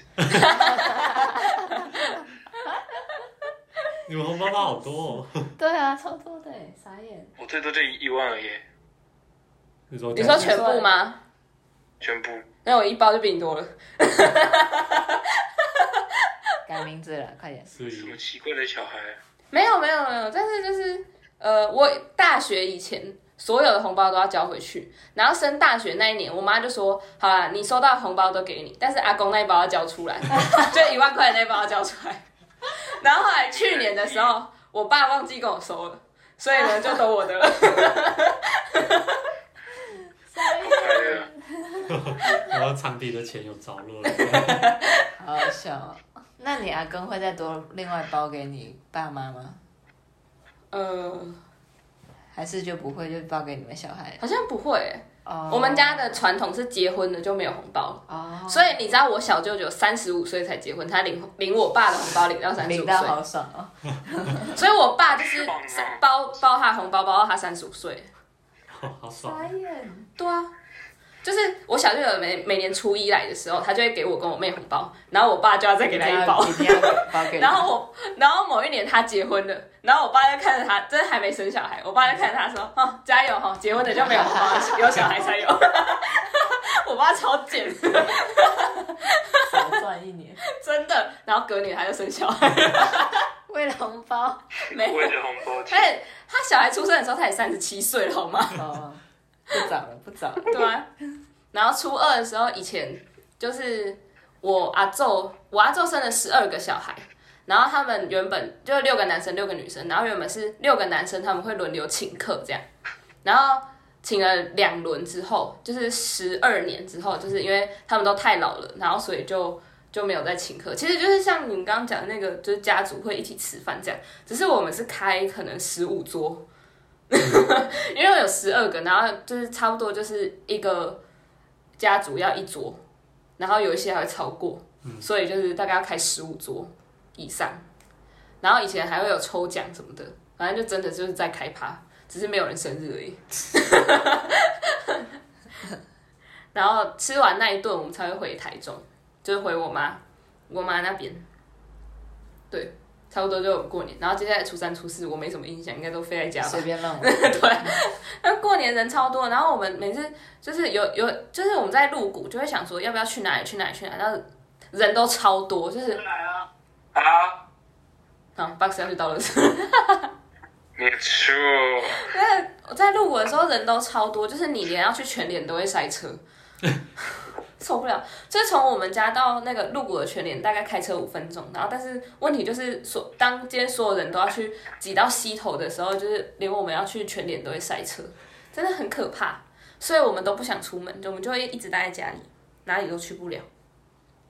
S3: 你们红包包好多哦。
S4: 对啊，超多的，傻眼。
S1: 我最多就一万而已，
S3: 你说
S2: 你说全部吗？
S1: 全部。
S2: 那我一包就比你多了。
S4: 改名字了，快点。
S3: 所
S1: 什么
S3: 以
S1: 奇怪的小孩啊、
S2: 没有没有没有，但是就是呃，我大学以前所有的红包都要交回去，然后升大学那一年，我妈就说：“好啦，你收到的红包都给你，但是阿公那一包要交出来， [laughs] 就一万块的那一包要交出来。” [laughs] 然后后来去年的时候，我爸忘记跟我收了，所以呢就都我的了。
S1: 好快乐啊！
S3: 然后场地的钱有着落了。 [laughs]
S4: 好好笑、哦。 [laughs] 那你阿公会再多另外包给你爸妈吗？
S2: [laughs] 呃，
S4: 还是就不会就包给你们小孩？
S2: 好像不会欸、
S4: 哦，
S2: 我们家的传统是结婚了就没有红包。
S4: 哦，
S2: 所以你知道我小舅舅三十五岁才结婚，他领领我爸的红包领到三十
S4: 领
S2: 五
S4: 到
S2: 岁，
S4: 好爽哦。
S2: 所以我爸就是
S1: 棒啊
S2: 包包他红包包到他三十五岁。
S3: 哦好爽！
S4: 眼。
S2: 对啊，就是我小舅舅每每年初一来的时候，他就会给我跟我妹红包，然后我爸就要再给他一包。
S4: 一定要包给
S2: [laughs]
S4: 你。
S2: 然后我，然后某一年他结婚了，然后我爸就看着他，真的还没生小孩，我爸就看着他说：“哦，加油哈、哦，结婚了就没有红 [laughs] 包，有小孩才有。”我爸超贱， [laughs]
S4: 少赚一年，
S2: 真的。然后隔年他就生小孩，
S4: 为了红包。
S2: 没 [laughs] 有
S1: 为。了红包
S2: 而且他小孩出生的时候，他也三十七岁了，好吗？
S4: 哦，不早了，不早了。
S2: 对啊。然后初二的时候，以前就是我阿昼，我阿昼生了十二个小孩，然后他们原本就六个男生，六个女生，然后原本是六个男生，他们会轮流请客这样，然后请了两轮之后，就是十二年之后，就是因为他们都太老了，然后所以就。就没有再请客，其实就是像你们刚刚讲的那个，就是家族会一起吃饭这样。只是我们是开可能十五桌，因为有十二个，然后就是差不多就是一个家族要一桌，然后有一些还会超过，所以就是大概要开十五桌以上。然后以前还会有抽奖什么的，反正就真的就是在开趴，只是没有人生日而已。 [laughs] 然后吃完那一顿，我们才会回台中，就是回我妈我妈那边。对，差不多就过年。然后接下来初三、初四我没什么印象，应该都飞在家吧
S4: 随。便乱玩。
S2: [laughs] 那过年人超多，然后我们每次就是有有，就是我们在鹿谷就会想说要不要去哪里去哪里去哪里，然后人都超多，就是
S1: 来啊！啊！
S2: 啊，box 要去到了，
S1: 没错，
S2: 那我在路过的时候人都超多，就是你连要去全联都会塞车， [laughs] 受不了。就是从我们家到那个路谷的全联大概开车五分钟，然后但是问题就是所当今天所有人都要去挤到西头的时候，就是连我们要去全联都会塞车，真的很可怕。所以我们都不想出门，就我们就会一直待在家里，哪里都去不了。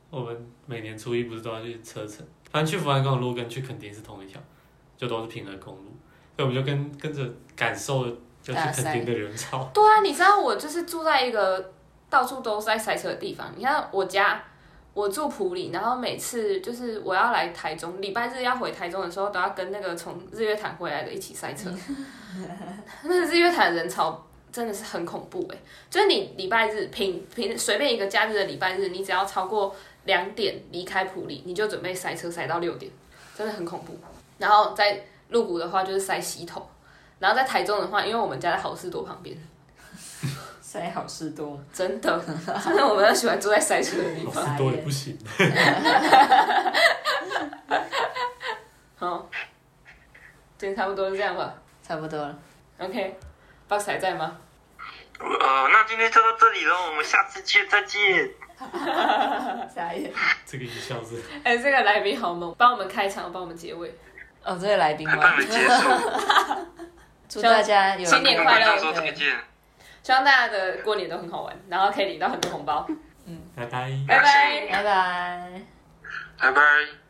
S3: 我们每年初一不是都要去车城，反正去福安宫的路跟去垦丁是同一条，就都是平和公路，所以我们就跟跟着感受就
S4: 大
S3: 是垦
S4: 塞
S3: 丁的人潮。
S2: 对啊，你知道我就是住在一个到处都是在塞车的地方。你看我家，我住埔里，然后每次就是我要来台中，礼拜日要回台中的时候，都要跟那个从日月潭回来的一起塞车。那日月潭人潮真的是很恐怖哎、就是你礼拜日平平随便一个假日的礼拜日，你只要超过两点离开埔里，你就准备塞车塞到六点，真的很恐怖。然后在鹿谷的话就是塞西头，然后在台中的话，因为我们家在好事多旁边。
S4: 塞好事多，
S2: 真的，真的，我们都喜欢住在塞车的地
S3: 老
S2: 方。
S3: 师多也不行，
S2: 好，今天差不多是这样吧。
S4: 差不多了。
S2: OK，box、还在吗？
S1: 呃，那今天就到这里了，我们下次见，再见。
S4: 下一页。
S3: 这个一笑是
S2: 哎、这个来宾好猛，帮我们开场，帮我们结尾。
S4: 哦，这位来宾
S1: 很棒
S4: 吗
S1: 的？结束，
S4: 祝大家有
S2: 啊新年快
S1: 跟
S2: 乐
S1: 观众说再见，
S2: 希望大家的过年都很好玩，然后可以领到很多红包。
S3: 拜拜。
S2: 拜拜。
S4: 拜拜。
S1: 拜拜。